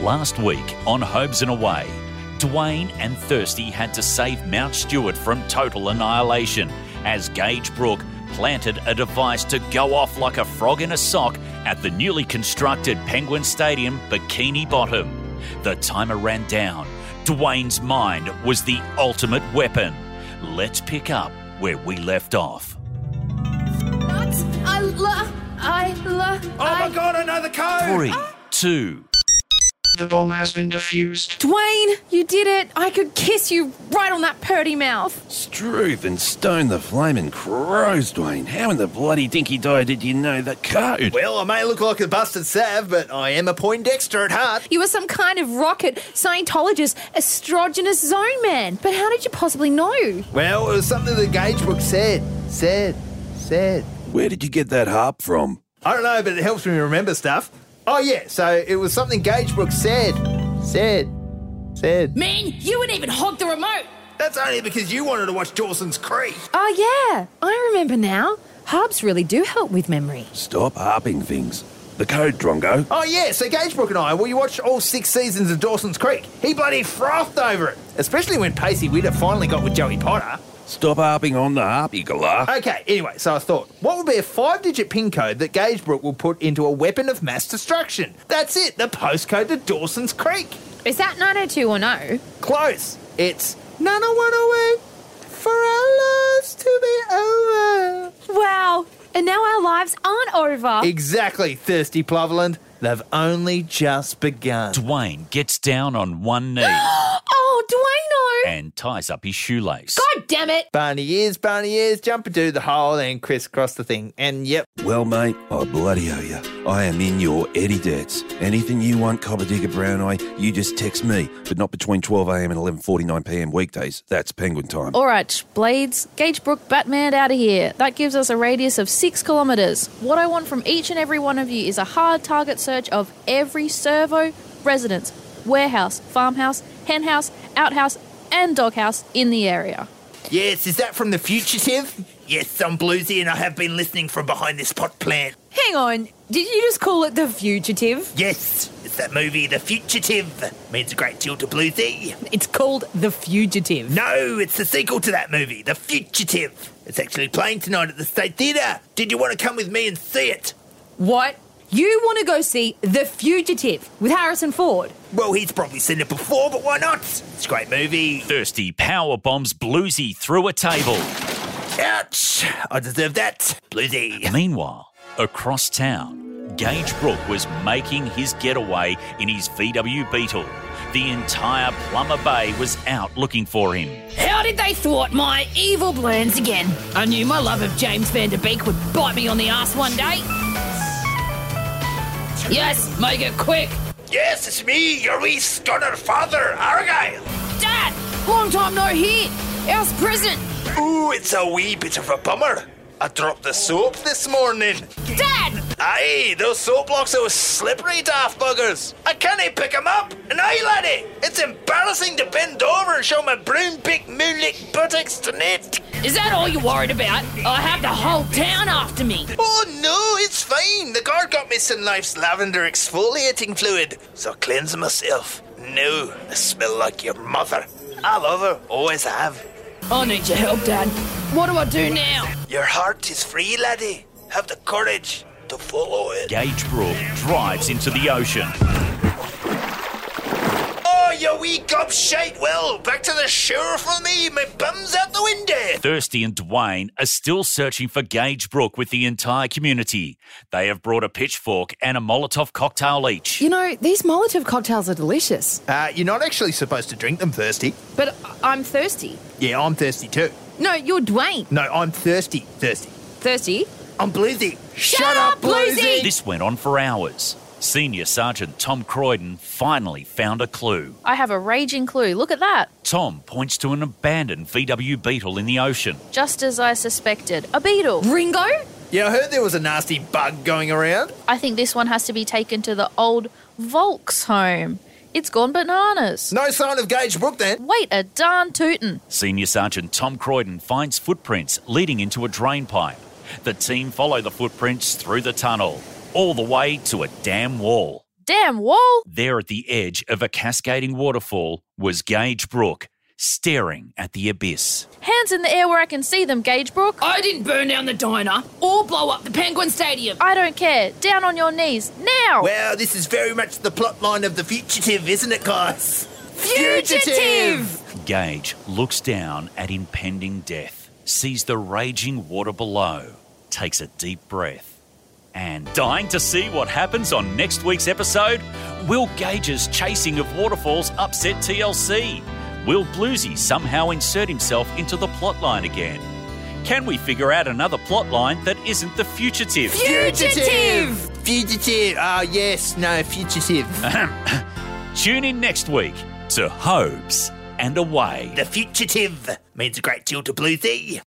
Last week on Hobbs and Away, Dwayne and Thirsty had to save Mount Stewart from total annihilation as Gage Brook planted a device to go off like a frog in a sock at the newly constructed Penguin Stadium, Bikini Bottom. The timer ran down. Dwayne's mind was the ultimate weapon. Let's pick up where we left off. Nuts. I love. I love. Oh my god, I know the code! Three, two, The bomb has been defused. Dwayne, you did it. I could kiss you right on that purty mouth. Struth and Stone the Flaming Crows, Dwayne. How in the bloody dinky die did you know the code? Well, I may look like a busted sav, but I am a Poindexter at heart. You were some kind of rocket, Scientologist, estrogenous zone man. But how did you possibly know? Well, it was something that Gagebook said, said, said. Where did you get that harp from? I don't know, but it helps me remember stuff. Oh yeah, so it was something Gagebrook said, said, said. Man, you would even hog the remote. That's only because you wanted to watch Dawson's Creek. Oh, yeah. I remember now. Harbs really do help with memory. Stop harping things. The code, Drongo. Oh yeah, so Gagebrook and I, well, you watched all six seasons of Dawson's Creek. He bloody frothed over it, especially when Pacey Witter finally got with Joey Potter. Stop harping on the harp, you galah. Okay, anyway, so I thought, what would be a five digit PIN code that Gagebrook will put into a weapon of mass destruction? That's it, the postcode to Dawson's Creek. Is that 90210? Close. It's Nana away for our lives to be over. Wow. And now our lives aren't over. Exactly, Thirsty Ploverland. They've only just begun. Dwayne gets down on one knee oh, Dwayne! and ties up his shoelace. God damn it! Barney is, Barney is, jump into the hole and crisscross the thing. And yep, Well, mate, I bloody owe you. I am in your Eddie debts. Anything you want, Copper Digger Brown Eye, you just text me, but not between 12am and 11.49pm weekdays. That's penguin time. All right, Blades, Gagebrook, Batman out of here. That gives us a radius of six kilometres. What I want from each and every one of you is a hard target search of every servo, residence, warehouse, farmhouse, henhouse, outhouse, and doghouse in the area. yes, is that from the fugitive? Yes, I'm bluesy and I have been listening from behind this pot plant. Hang on. Did you just call it the fugitive? Yes, it's that movie, The Fugitive. Means a great deal to Bluesy. It's called the fugitive. No, it's the sequel to that movie, The Fugitive. It's actually playing tonight at the State Theatre. Did you want to come with me and see it? What? You want to go see The Fugitive with Harrison Ford? Well, he's probably seen it before, but why not? It's a great movie. Thirsty power bombs Bluesy through a table. Ouch! I deserve that, Bluesy. Meanwhile, across town, Gage Brook was making his getaway in his VW Beetle. The entire Plumber Bay was out looking for him. How did they thwart my evil plans again? I knew my love of James Van Der Beek would bite me on the ass one day. Yes, make it quick. Yes, it's me, your wee Scottish father, Argyle. Dad, long time no hear. How's prison? Ooh, it's a wee bit of a bummer. I dropped the soap this morning. Dad! Aye, those soap blocks are slippery, daft buggers. I can't pick them up. And aye, laddie, it's embarrassing to bend over and show my broom big moonlit buttocks to net. Is that all you're worried about? I have the whole town after me. Oh no, it's fine. The guard got me some Life's lavender exfoliating fluid, so I cleanse myself. No, I smell like your mother. I love her, always have. Oh, I need your help, Dad. What do I do now? Your heart is free, laddie. Have the courage to follow it. Gage Brook drives into the ocean. Oh, you wee gobshite! Well, back to the shore for me. My bum's out the window. Thirsty and Dwayne are still searching for Gage Brook with the entire community. They have brought a pitchfork and a Molotov cocktail each. You know, these Molotov cocktails are delicious, Uh, you're not actually supposed to drink them thirsty. But I'm thirsty. Yeah, I'm thirsty too. No, you're Dwayne. No, I'm thirsty, thirsty. Thirsty? I'm Bluesy. Shut, up, Bluesy! This went on for hours. Senior Sergeant Tom Croydon finally found a clue. I have a raging clue. Look at that. Tom points to an abandoned VW Beetle in the ocean. Just as I suspected. A beetle. Ringo? Yeah, I heard there was a nasty bug going around. I think this one has to be taken to the old Volks home. It's gone bananas. No sign of Gage Brook then. Wait a darn tootin'. Senior Sergeant Tom Croydon finds footprints leading into a drain pipe. The team follow the footprints through the tunnel, all the way to a dam wall. Damn wall! There at the edge of a cascading waterfall was Gage Brook, staring at the abyss. Hands in the air where I can see them, Gagebrook. I didn't burn down the diner or blow up the Penguin Stadium. I don't care. Down on your knees. Now! Wow, this is very much the plot line of The Fugitive, isn't it, guys? Gage looks down at impending death, sees the raging water below, takes a deep breath, and dying to see what happens on next week's episode, will Gage's chasing of waterfalls upset TLC? Will Bluesy somehow insert himself into the plotline again? Can we figure out another plotline that isn't the fugitive? Fugitive! Fugitive. Ah, yes. No, fugitive. Tune in next week to Hopes and Away. the fugitive means a great deal to Bluesy.